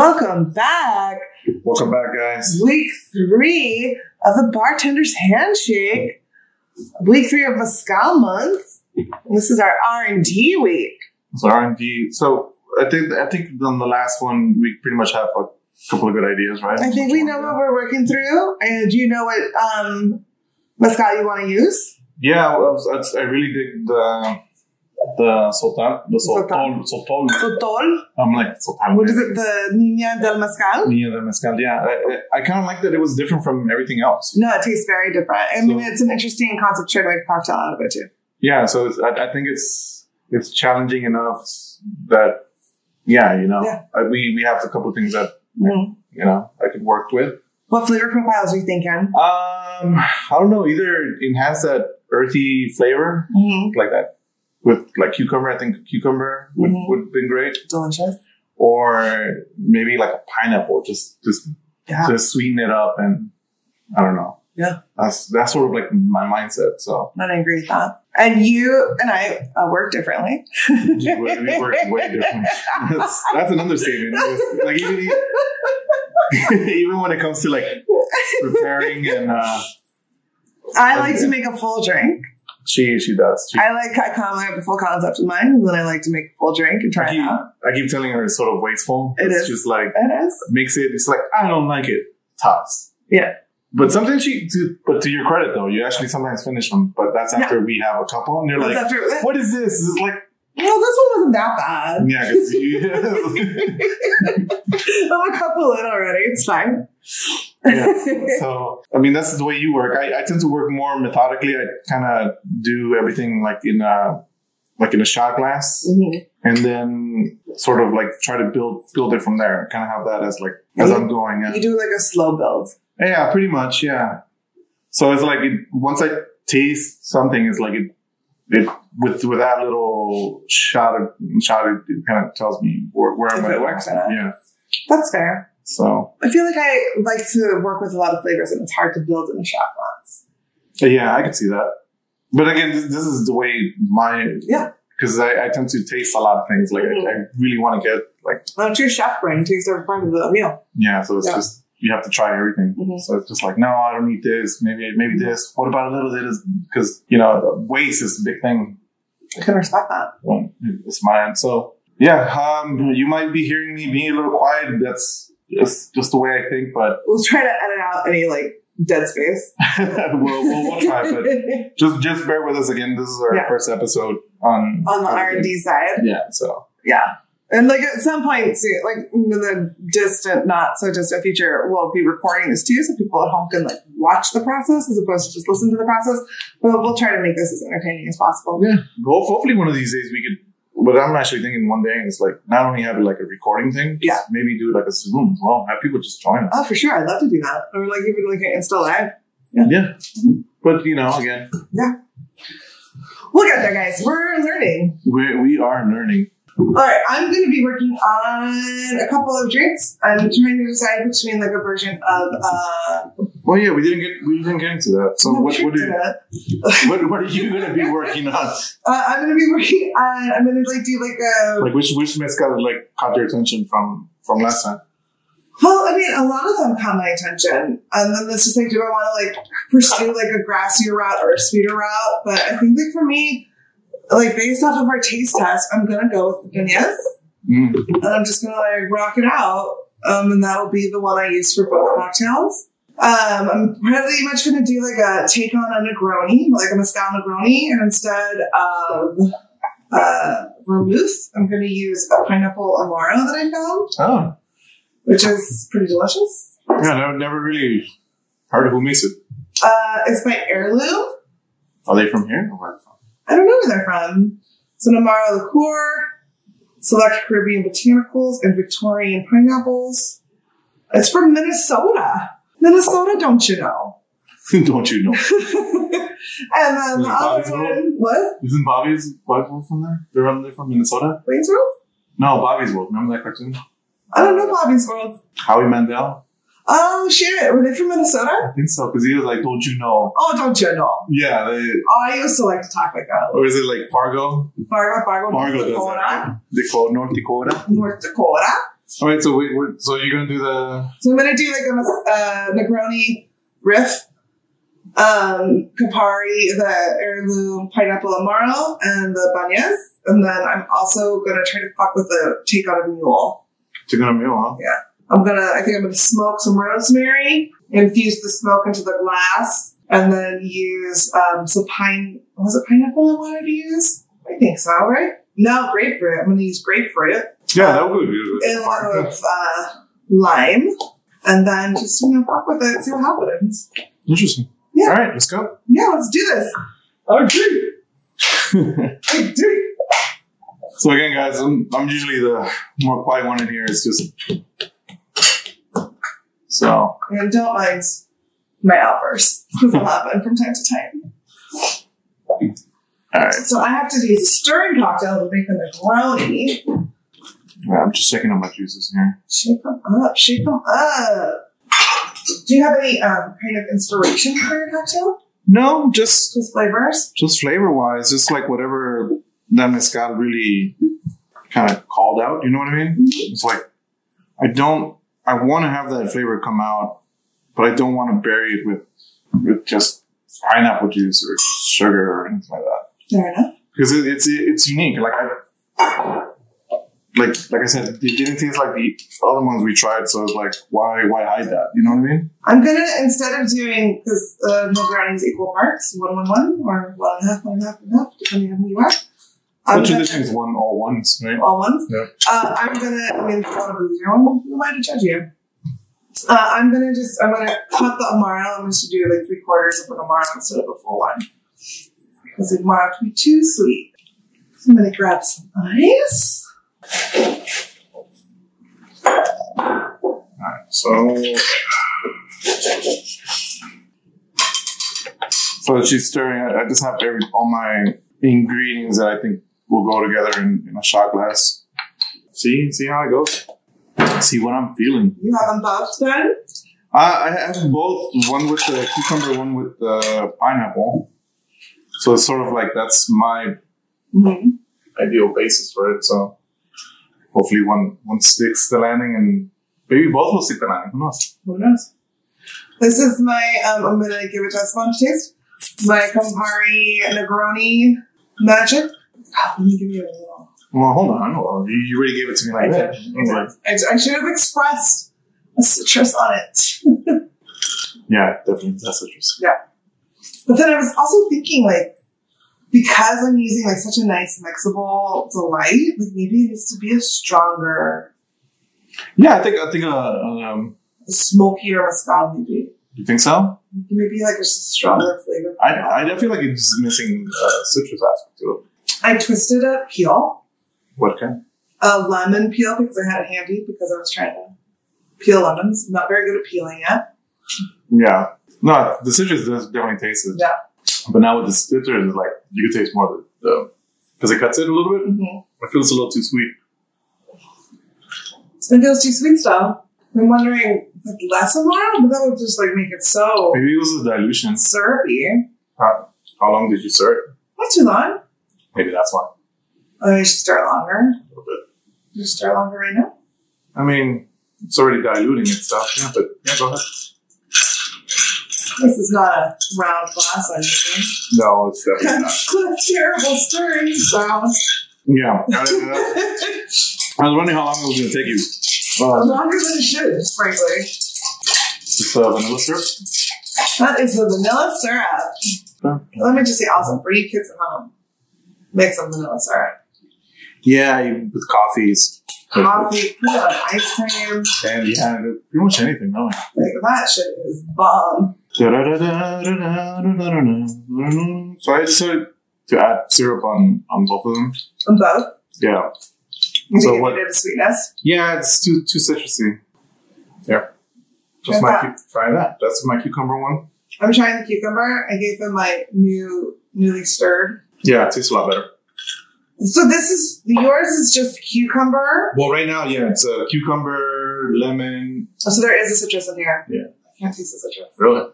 Welcome back. Welcome back, guys. Week three of the Bartender's Handshake. Week three of Mescal Month. This is our R and D week. So R and D. So I think I think on the last one we pretty much have a couple of good ideas, right? I think we know what we're working through. And do you know what um, Mescal you want to use? Yeah, I, was, I was- I really dig the the sultan, the Sultan. sultan, sultan. Sotol. I'm like sultan. What is it? The Niña del Mescal? Niña del mezcal. Yeah, I, I, I kind of like that it was different from everything else. No, it tastes very different. I mean, So- it's an interesting concept try to make a cocktail out of it too. Yeah, so it's, I, I think it's it's challenging enough that yeah, you know, Yeah. I, we we have a couple of things that Mhm. you know I could work with. What flavor profiles are you thinking? Um, I don't know. Either enhance that earthy flavor Mm-hmm. like that with like cucumber. I think cucumber would Mhm. would have been great, Delicious. or maybe like a pineapple, just just Yeah. to sweeten it up. And I don't know. Yeah. that's that's sort of like my mindset. So And I agree with that. And you and I uh, work differently. we we work way different. That's, that's an understatement. It's Like even even when it comes to like preparing and uh, I like to make a full drink. she she does. She I like I come, I have a full concept in mind, and then I like to make a full drink and try it Yeah. out. I keep telling her it's sort of wasteful. It it's is. just like It is. makes it. It's like I don't like it. Tops. Yeah. But sometimes she. To, but to your credit though, you actually sometimes finish them. But that's Yeah. after we have a couple, and you're That's like, after, well, "What is this?" It's like, this one wasn't that bad. yeah, 'cause you, I'm a couple in already. It's fine. Mm-hmm. Yeah. so I mean that's the way you work. I, I tend to work more methodically. I kind of do everything like in a like in a shot glass, Mhm. and then sort of like try to build build it from there. Kind of have that as like as I'm going. yeah. You do like a slow build. Yeah, pretty much. Yeah. So it's like it, once I taste something, it's like it, it with with that little shot of shot, it, it kind of tells me where, where If I'm it at. works or not. Yeah. That's fair. So I feel like I like to work with a lot of flavors, and it's hard to build in a shot glass. yeah, I could see that. But again, this, this is the way my Yeah. because I, I tend to taste a lot of things. Like Mhm. I, I really want to get like Well, it's your chef brain takes every part of the meal. yeah. So it's Yeah. just you have to try everything. Mhm. So it's just like no, I don't need this. Maybe maybe this. What about a little bit? Because you know waste is a big thing. I can respect that. Well, it's mine. So yeah, um, you might be hearing me being a little quiet. That's that's just the way I think, but We'll try to edit out any like dead space. we'll, we'll, we'll try. But just just bear with us again. This is our Yeah. first episode on on the R and D side, Yeah, so yeah. And like at some point, soon, like in the distant, not so distant future, we'll be recording this too, so people at home can like watch the process as opposed to just listen to the process. But we'll try to make this as entertaining as possible. yeah. Ho- hopefully, one of these days we could. But I'm actually thinking one day is like not only have it like a recording thing, Yeah. just maybe do like a Zoom as well. Have people just join us. Oh, for sure, I'd love to do that, or like even like an Insta live. Yeah, but you know, again, Look at that, guys. We're learning. we we are learning. All right, I'm going to be working on a couple of drinks. I'm trying to decide between like a version of uh, Well, yeah, we didn't get we didn't get into that. So what what, uh, are, what what are you going to be working on? Uh, I'm going to be working on. I'm going to like do like a. Like which which mezcal like caught your attention from from last time? Well, I mean, a lot of them caught my attention, and then it's just like, do I want to like pursue like a grassier route or a sweeter route? But I think like for me, like based off of our taste test, I'm going to go with the Guinness, and I'm just going to like rock it out, um, and that'll be the one I use for both cocktails. Um, I'm pretty much going to do like a take on a Negroni, like a Moscow Negroni, and instead of uh, vermouth, I'm going to use a pineapple Amaro that I found Oh, which is pretty delicious. yeah, never, never really heard of who makes it. Uh, it's by Heirloom. Are they from here? or where? I don't know where they're from. So Namara liqueur, select Caribbean botanicals, and Victorian pineapples. It's from Minnesota. Minnesota, don't you know? Don't you know? and then the other Bobby'sville? one, what? Isn't Bobby's Bobby's World from there? They're from they're from Minnesota. Waynesville? No, Bobby's World. Remember that cartoon? I don't know Bobby's World. Howie Mandel. Oh shit, were they from Minnesota? I think so because he was like, "Don't you know?" Oh, don't you know? Yeah. They, I used to like to talk like that. or is it like Fargo? Fargo, Fargo, Fargo North does Dakota, that. Dakota, North Dakota. North Dakota. All right, so we, we're so you're gonna do the So I'm gonna do like a mas- uh, Negroni riff, um, Campari, the heirloom pineapple amaro, and the banyas, and then I'm also gonna try to fuck with a take on a mule. Chicano meal, huh? I'm gonna, I think I'm gonna smoke some rosemary, infuse the smoke into the glass, and then use um, some pine. Was it pineapple I wanted to use? I think so, right? No, grapefruit. I'm gonna use grapefruit Yeah, that would be good. in lieu of uh, lime, and then just you know fuck with it, see what happens. Interesting. Yeah. All right, let's go. Yeah, let's do this. Okay. Like, do- so again, guys, I'm, I'm usually the more quiet one in here. It's just so And don't mind my outbursts because I'll happen from time to time. all right. So I have to use a stirring cocktail to make the Negroni. Yeah, I'm just checking on my juices here. Shake them up, shake them up. Do you have any um, kind of inspiration for your cocktail? No, just Just flavors? just flavor wise, just like whatever that mezcal really kind of called out. You know what I mean? It's like I don't. I want to have that flavor come out, but I don't want to bury it with with just pineapple juice or sugar or anything like that Fair enough. because it, it's it's unique. Like I. Like, like I said, it didn't taste like the other ones we tried, so it's like, why, why hide that? You know what I mean? I'm gonna instead of doing because uh, Negroni's equal parts one one one or one and a half one and a half one and a half depending on who you are. I'm Well, gonna- traditionally, it's one all ones, right? all ones. Yeah. Uh, I'm gonna. I mean, if you want to lose your own, who am I to judge you? Uh, I'm gonna just. I'm gonna cut the amaro. I'm going to do like three quarters of an amaro instead of a full one because the amaro can be too sweet. I'm gonna grab some ice. So, so she's stirring. I, I just have every all my ingredients that I think will go together in, in a shot glass. See, see how it goes. See what I'm feeling. You have them both then. I, I have both. One with the cucumber, one with the pineapple. So it's sort of like that's my Mm-hmm. ideal basis for it. So hopefully one one sticks the landing, and maybe both will stick the landing. Who knows? Who knows? This is my. Um, I'm gonna give it a sponge taste. My Campari Negroni magic. Oh, let me give you a little. Well, hold on. Well, you, you already gave it to me like that. I was like, I, I should have expressed a citrus on it. yeah, definitely. That's interesting. But then I was also thinking, like, because I'm using like such a nice mixable delight, like maybe it needs to be a stronger, Yeah, I think I think. Uh, um, a smokier mezcal, maybe. you think so? Maybe like it's just a stronger flavor. I I I feel like it's missing uh, citrus aspect to it. I twisted a peel, What kind? a lemon peel, because I had it handy because I was trying to peel lemons. I'm not very good at peeling it. Yeah. No, the citrus does definitely taste it. Yeah. But now with the citrus, it's like you can taste more of the because it cuts it a little bit. Mm-hmm. It feels a little too sweet. It feels too sweet though. I'm wondering, like, less amaro, but that would just like make it so Maybe it was the dilution. syrupy. How long did you serve? Not too long. Maybe that's why. Oh, I should start longer. A little bit. You should start longer right now. I mean, it's already diluting itself. Yeah, but yeah, go ahead. This is not a round glass or anything. No, it's definitely not. That's a terrible stirring sound. Yeah. I Longer was wondering how long it was going to take you. Um, than it should, frankly. it's uh, vanilla syrup. That is the vanilla syrup. Let me just say also for you kids at home, make some vanilla syrup. Yeah, you- with coffees. Coffee, put it on ice cream. And yeah, pretty much anything, really. Like that shit is bomb. Da-da-da-da-da-da-da-da-da. So I decided to add syrup on, on both of them. And both. Yeah. You So think what- it needed sweetness? Yeah, it's too too citrusy. Yeah. That's my Try cu- try that. That's my cucumber one. I'm trying the cucumber. I gave them my new newly stirred. Yeah, it tastes a lot better. So this is yours is just cucumber. Well, right now, yeah, it's uh, cucumber, lemon. Oh, so there is a citrus in here. Yeah. I can't taste the citrus. Really?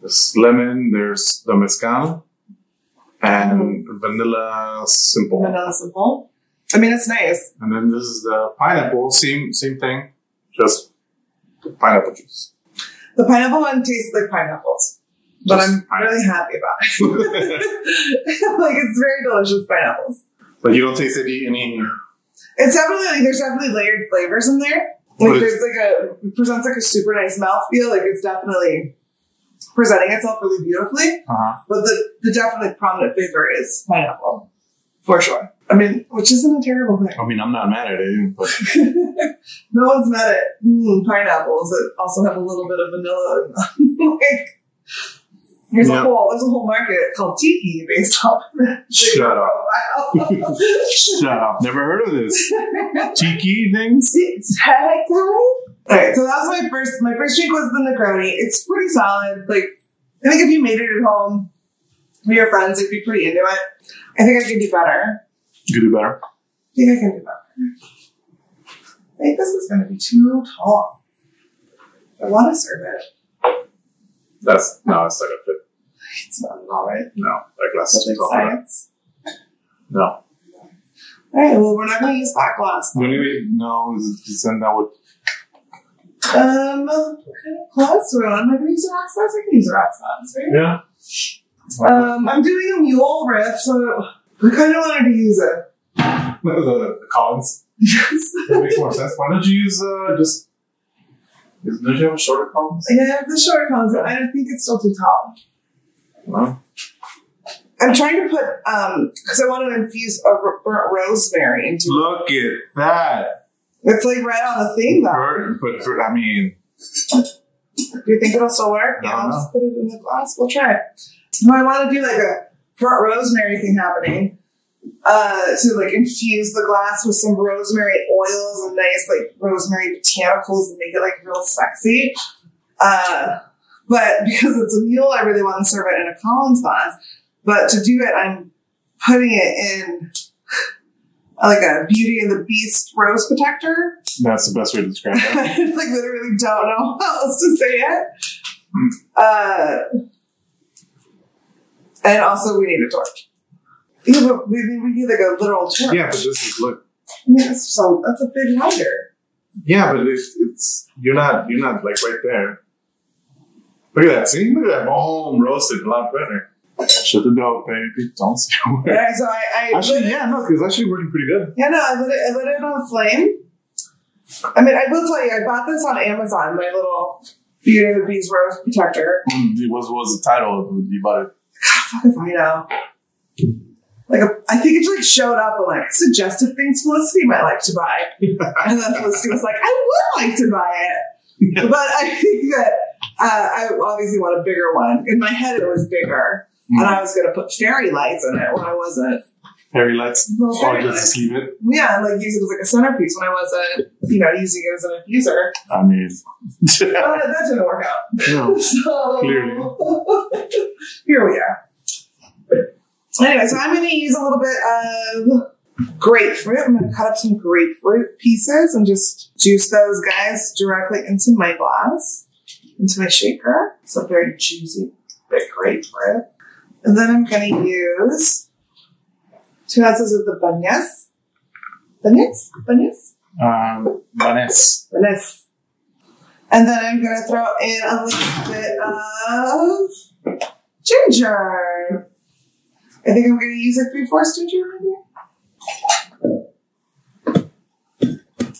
There's lemon, there's the mezcal, and vanilla simple. Vanilla simple. I mean, it's nice. And then this is the pineapple, same same thing, just pineapple juice. The pineapple one tastes like pineapples, but Just I'm pineapple. really happy about but it. like it's very delicious pineapples. you don't taste any any It's definitely like there's definitely layered flavors in there. But Like it's- there's like a it presents like a super nice mouthfeel. Like it's definitely presenting itself really beautifully. uh But the the definitely prominent flavor is pineapple, for sure. I mean, which isn't a terrible thing. I mean I'm not mad at it, but no one's met it. Mm, pineapples that also have a little bit of vanilla in them. like, there's Yeah. a whole there's a whole market called tiki based off of that. Shut up. Wow. shut up. Never heard of this. Tiki things? Tag Alright, so that was my first my first drink was the Negroni. It's pretty solid. Like I think if you made it at home with your friends, it'd be pretty into it. I think I can do better. You do better. I think I can do better. I think this is gonna be too tall. I wanna serve it. That's no, it's like a fit. It's not at all right. No, that glass Such is like science. No. All right. Well, we're not going to use that glass. When we no, it's- then that would Um, what kind of glass do I want? Am I going to use a rock glass? I can use a rock glass, right? yeah. Um, I'm doing a mule riff, so we kind of wanted to use it. the, the Collins. Yes. That makes more sense. Why don't you use uh, just? is- Don't you have a shorter Collins? And I have the short cones, but I don't think it's still too tall. No. I'm trying to put um because I want to infuse a r- burnt rosemary into Look at that. it. It's like right on the thing though. Bert- But for, I mean, Do you think it'll still work? I Yeah, don't I'll know. just put it in the glass. We'll try it. So I want to do like a burnt rosemary thing happening. Uh, to like infuse the glass with some rosemary oils and nice like rosemary botanicals and make it like real sexy. Uh, but because it's a mule, I really want to serve it in a Collins glass. But to do it, I'm putting it in like a Beauty and the Beast rose protector. that's the best way to describe that. I like literally don't know how else to say it. Uh, and also, we need a torch. Yeah, but we, we we need like a literal torch. yeah, but this is look. I mean, that's just a, that's a big wonder. Yeah, but it's, it's you're not you're not like right there. Look at that. See, look at that. Boom, roasted a lot better. Shut the door, baby. Don't say a word. Yeah, so I, I Actually, lit it- yeah, no, 'cause it's actually working pretty good. yeah, no, I lit, it, I lit it on a flame. I mean, I will tell you, I bought this on Amazon, my little Beauty and the Beast rose protector. It was was the title of you bought it. Fuck if I know. Like, a, I think it like showed up and like suggested things Felicity might like to buy. And then Felicity was like, I would like to buy it. But I think that uh, I obviously want a bigger one. In my head, it was bigger. And Mm. I was going to put fairy lights in it when I wasn't. Fairy lights. Well, Oh, fairy lights. just leave it. Yeah, and, like use it as like a centerpiece when I wasn't, you know, using it as an infuser. I mean, But that didn't work out. no. So Clearly. here we are. Anyway, so I'm going to use a little bit of grapefruit. I'm going to cut up some grapefruit pieces and just juice those guys directly into my glass, into my shaker. So very juicy, big grapefruit. And then I'm going to use two ounces of the banyas. Banyas? Banyas? Um, Vanessa. Let's. And then I'm gonna throw in a little bit of ginger. I think I'm gonna use like three fourths ginger maybe. All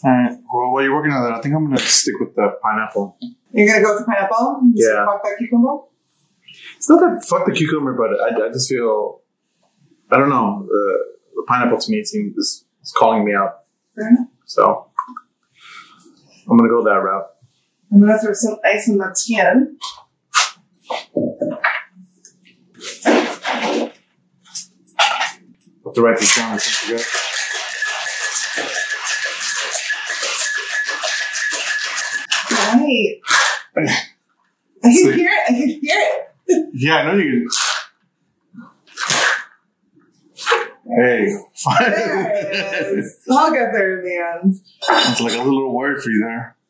right. uh, Well, while you're working on that, I think I'm gonna stick with the pineapple. You're gonna go with the pineapple? Just Yeah. Fuck that cucumber? It's not that fuck the cucumber, but I, I just feel I don't know. Uh, the pineapple to me seems is, is calling me out, Fair enough. so I'm gonna go that route. I'm gonna throw some ice in the tin. Have to write this down. since we got- Right. I can So- hear it. I can hear it. Yeah, I know you. can- Hey, There it finally. is. I'll get there in the end. That's like a little word for you there.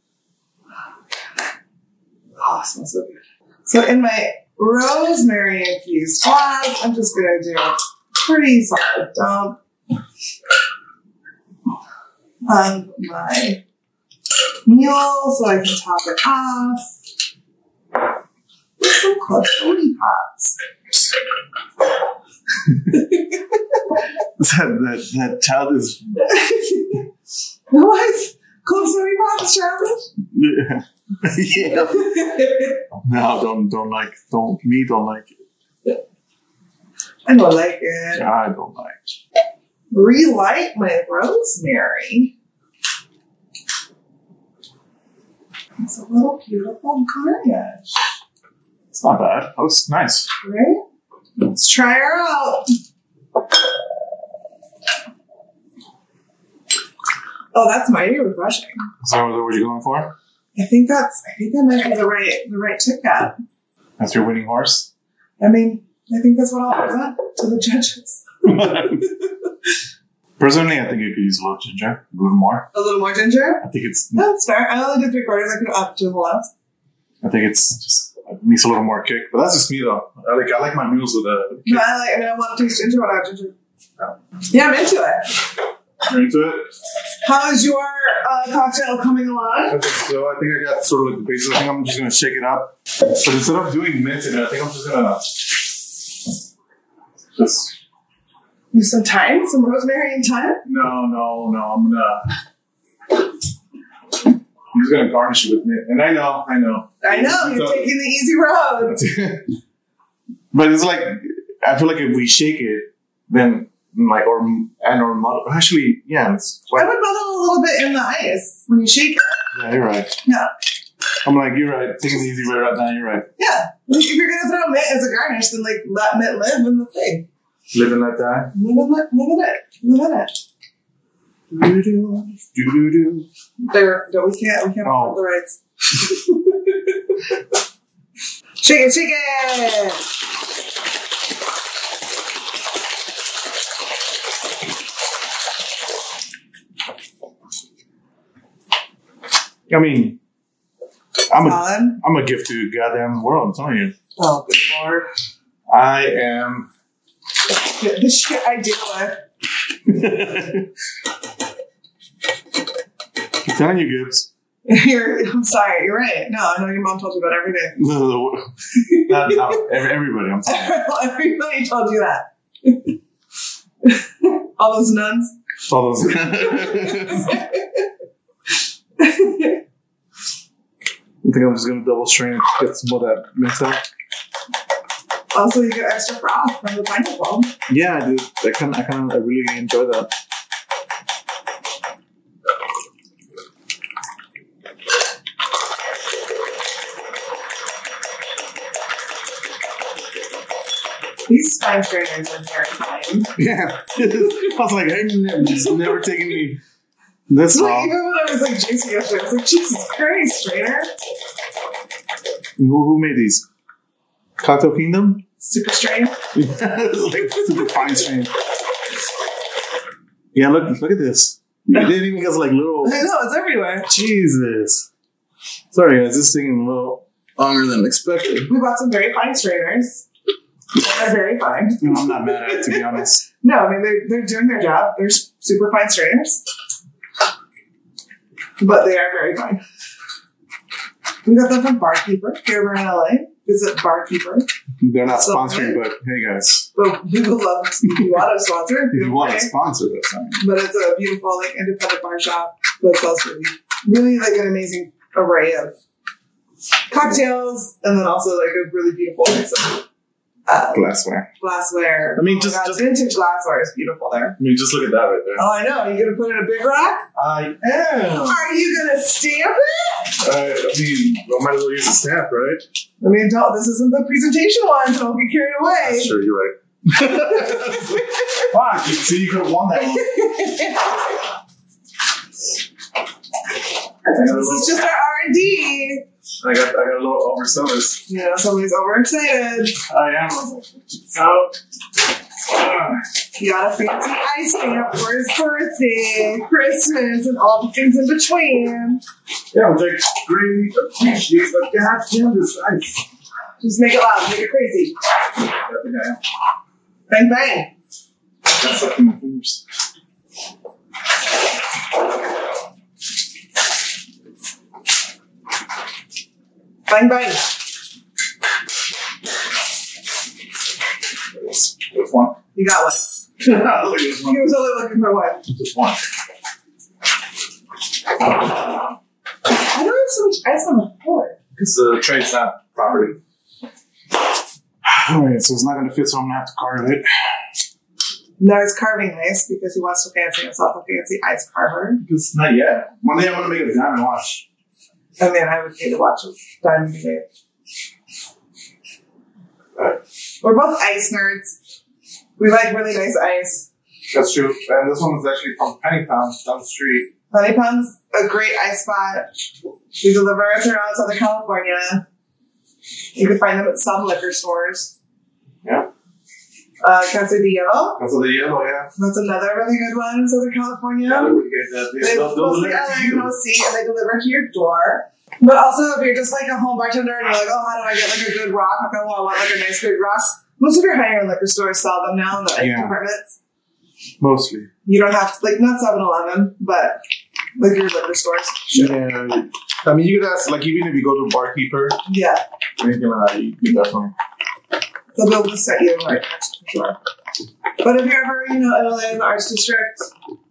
Oh, it smells so good. So in my rosemary infused glass, I'm just gonna do a pretty solid dump. um, my mule so I can top it off. We're so called Tony Pops. That, that, that child is. no, it's called Tony Pops challenge. yeah. No, don't don't like don't me don't like it. I don't like it. I don't like. it. Relight my rosemary. It's a little beautiful garnish, It's not bad. That was nice. right? Let's try her out. Oh, that's mighty refreshing. So is that what you're going for? I think that's I think that might be the right the right tip gap. That's your winning horse. I mean, I think that's what I'll present to the judges. Personally, I think you could use a little ginger, a little more. A little more ginger? I think it's That's fair. I only did three quarters, I could up to the left. I think it's just it needs a little more kick. But that's just me though. I like I like my meals with a with a No, kick. I like I mean I want to taste ginger without ginger. Yeah, I'm into it. You're into it. How is your uh, cocktail coming I along? think so. I think I got sort of like the basis. I think I'm just gonna shake it up. But instead of doing mint in it, I think I'm just gonna just You some thyme, some rosemary and thyme? No, no, no. I'm gonna. I'm just gonna garnish it with mint, and I know, I know. I know, you're So- taking the easy road. but it's like I feel like if we shake it, then like or and or mud, actually, yeah, it's I quite, would muddle a little bit in the ice when you shake it. yeah, you're right. Yeah. I'm like you're right. Taking the easy way right now. You're right. Yeah. Like, if you're gonna throw mint as a garnish, then like let mint live in the thing. Living like that. Look at it. Look at it. Look at it. Do do do do. There. No, we can't. We can't Oh. hold the rights. shake it. Shake it. I mean, I'm a Colin. I'm a gift to the goddamn world. I'm telling you, Oh, good lord. I am The, the shit I deal with. I'm telling you, Gibbs. You're, I'm sorry. You're right. No, I know your mom told you about everything. No, no, no, ev- everybody, I'm sorry. Everybody told you that. All those nuns. All those. I think I'm just gonna double strain and get some of that mix up. also, you get extra froth from the pineapple. Yeah, I did. I kind, I kind of, I really enjoy that. These spine strainers are terrifying. Yeah, I was like, I ne- it's never taken me this It's like long. even when I was like juicy yesterday, I was like, Jesus Christ, strainer. Who, who made these? Cocktail Kingdom. Super strain. like super fine strain. Yeah, look, look at this. It didn't even get like little. I know, it's everywhere. Jesus. Sorry, guys, this thing a little longer than expected. We bought some very fine strainers. They're very fine. No, I'm not mad at it, to be honest. No, I mean, they're, they're doing their job. They're s- super fine strainers. But they are very fine. We got them from Barkeeper here over in LA. Visit Barkeeper. They're not So- sponsoring, but hey, guys, But we would love if you want to sponsor. if you feel want to free. sponsor us, I mean, But it's a beautiful, like, independent bar shop that sells really, really like an amazing array of cocktails and then also like a really beautiful mix of uh, glassware. glassware. I mean, Oh my just- God, just- vintage glassware is beautiful there. I mean, just look at that right there. Oh, I know. Are you gonna put it in a big rock? I am. Are you gonna stamp it? I mean, I might as well use a stamp, right? I mean, don't. This isn't the presentation one, so don't get carried away. true, you're right. Fuck, you see, you could have won that one. this is just our R and D. I got, I got a little overzealous. You know, somebody's overexcited. I am. So, uh, He got a fancy ice stamp for his birthday, Christmas, and all the things in between. yeah, which I greatly appreciate, but goddamn this ice. Just make it loud, make it crazy. I think I am. Bang bang. That's up in my fingers. Bang bang. There's there's one. You got one. Look at this He one. was only looking for one. There's one. I don't have so much ice on the floor. Because the trade's not property. Alright, so it's not gonna fit, so I'm gonna have to carve it. Now he's carving ice because he wants to fancy himself a fancy ice carver. Because not yet. One day I'm gonna make a diamond watch. I mean, I would pay to watch his diamond game. We're both ice nerds. We like really nice ice. That's true. And this one is actually from Pennytown, down the street. Honey Pun's a great ice spot. We deliver it around Southern California. You can find them at some liquor stores. Yeah. Uh, Casa de Hielo. That's the yellow, yeah. That's another really good one in Southern Yeah, California. we get that. They They'll- they'll mostly deliver LA to you. see and they deliver to your door. But also, if you're just like a home bartender and you're like, oh, how do I get like a good rock? Okay, well, I want like a nice big rock. Most of your higher end liquor stores sell them now in the Yeah. departments. Mostly. You don't have to, like, not 7 Eleven, but like your liquor stores. Yeah. I mean, you could ask, like, even if you go to a barkeeper, Yeah. anything like that, you could definitely. They'll be able to set you in the right direction for sure. But if you're ever, you know, in LA in the Arts District,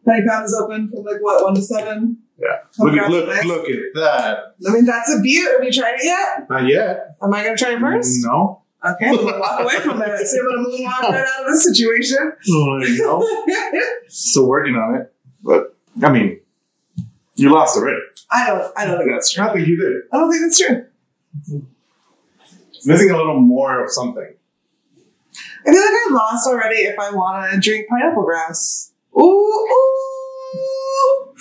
Penny Pound is open from like what, 1 to 7? Yeah. Come Look at, grab some look, ice. look at that. I mean, that's a beaut. Have you tried it yet? Not yet. Am I going to try it first? No. Okay, I'm gonna walk away from that. See, I'm gonna move on right out of this situation. no. Still working on it. But, I mean, you lost already. I don't. I don't think that's true. I think you did. I don't think that's true. It's missing a little more of something. I feel like I lost already. If I want to drink pineapple grass, ooh, ooh.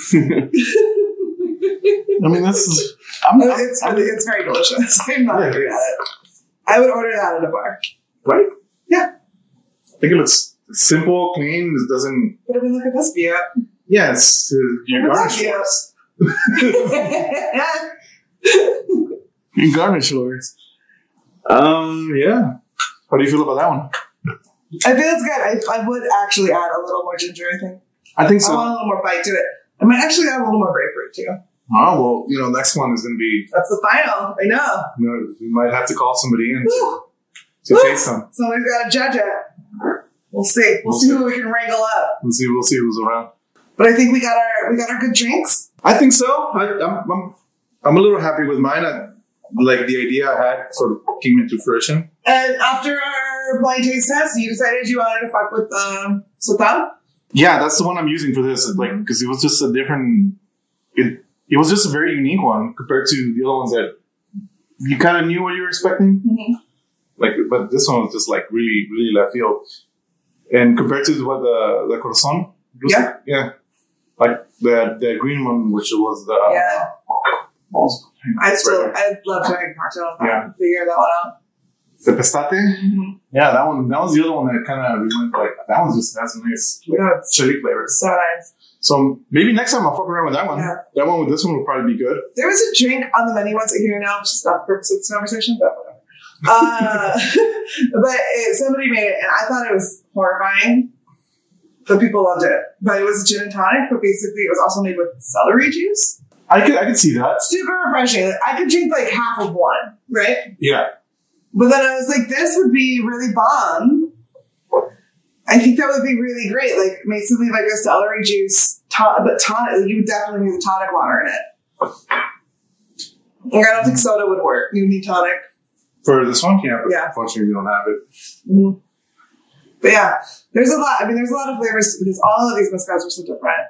I mean, this is. I'm, I'm, Uh, it's really, it's very delicious. I'm not Yeah, it good at is. it. I would order that at a bar. right? Yeah. I think it looks simple, clean. It doesn't. But I mean, look at this view. Yes, your Look at garnish this works. view. Your garnish works. Um. Yeah. How do you feel about that one? I feel it's good. I, I would actually add a little more ginger. I think. I think I so. want a little more bite to it. I might actually add a little more grapefruit too. oh well, you know, next one is going to be. That's the final. I know. You know, we might have to call somebody in to, Woo. to taste them. Somebody's got to judge it. We'll see. We'll We'll see see. who we can wrangle up. We'll see. We'll see who's around. But I think we got our we got our good drinks. I think so. I, I'm, I'm. I'm a little happy with mine. I, like the idea I had sort of came into fruition. And after our blind taste test, you decided you wanted to fuck with um, Sultan. Yeah, that's the one I'm using for this. Like, because it was just a different. It it was just a very unique one compared to the other ones that you kind of knew what you were expecting. Like, but this one was just like really, really left field. And compared to what the the corazon, was Yeah. like, yeah, like the the green one, which was the Yeah. also- I still I love drinking cocktail. Yeah. figure that one out. the pestate. Yeah, that one. That was the other one that kind of reminded like that one's just that's a nice like, Yeah, it's chili flavors. so nice. So maybe next time I'll fuck around with that one. Yeah. That one with this one will probably be good. There was a drink on the menu once at here now, which is not the purpose of this conversation, but whatever. Uh, but it, somebody made it, and I thought it was horrifying, but people loved it. But it was a gin and tonic, but basically it was also made with celery juice. I could I could see that. Super refreshing. Like, I could drink like half of one, right? Yeah. But then I was like, this would be really bomb. I think that would be really great. Like, make something like a celery juice, ton- but tonic. You would definitely need the tonic water in it. Like, I don't think soda would work. You need tonic. For this one, yeah. But Yeah. Unfortunately, we don't have it. Mhm. But yeah, there's a lot. I mean, there's a lot of flavors because all of these mezcals are so different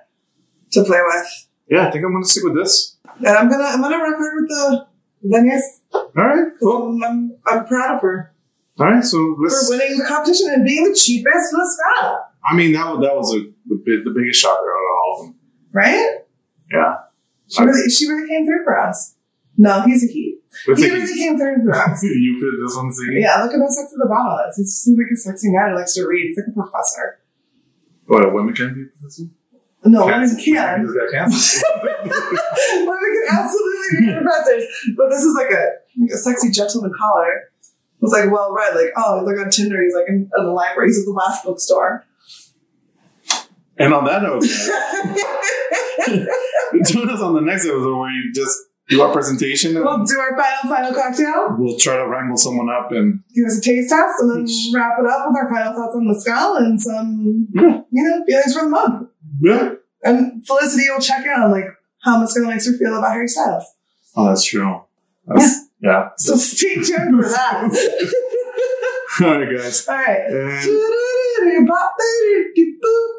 to play with. Yeah, I think I'm gonna stick with this. And I'm gonna I'm gonna record with the Venice. All right. Cool. I'm, I'm I'm proud of her All right. So for let's. winning the competition and being the cheapest mezcal. I mean, that was, that was a, the big, the biggest shocker out of all of them. Right? Yeah. She really she really came through for us. No, he's a he. Let's He take- really came through for us. you fit this one, see? Yeah, look at how sexy the bottle is. He's just seems like a sexy guy who likes to read. He's like a professor. What? A women can't be professor? No, women can. Just got cancer. Women can absolutely be professors, but this is like a like a sexy gentleman collar. It's like well read, like oh, he's like on Tinder, he's like in, in the library, he's at the last bookstore. And on that note, join us on the next episode where we just do our presentation and we'll do our final, final cocktail. we'll try to wrangle someone up and Give us a taste test and then wrap it up with our final thoughts on mezcal and some, Yeah. you know, feelings for the month. yeah. And Felicity will check in on like how mezcal makes her feel about Harry Styles. Oh, that's true. That's, yeah. So stay tuned for that. All right, guys. All right. And- Doo-doo-doo-doo, bop, doo-doo-doo, boop.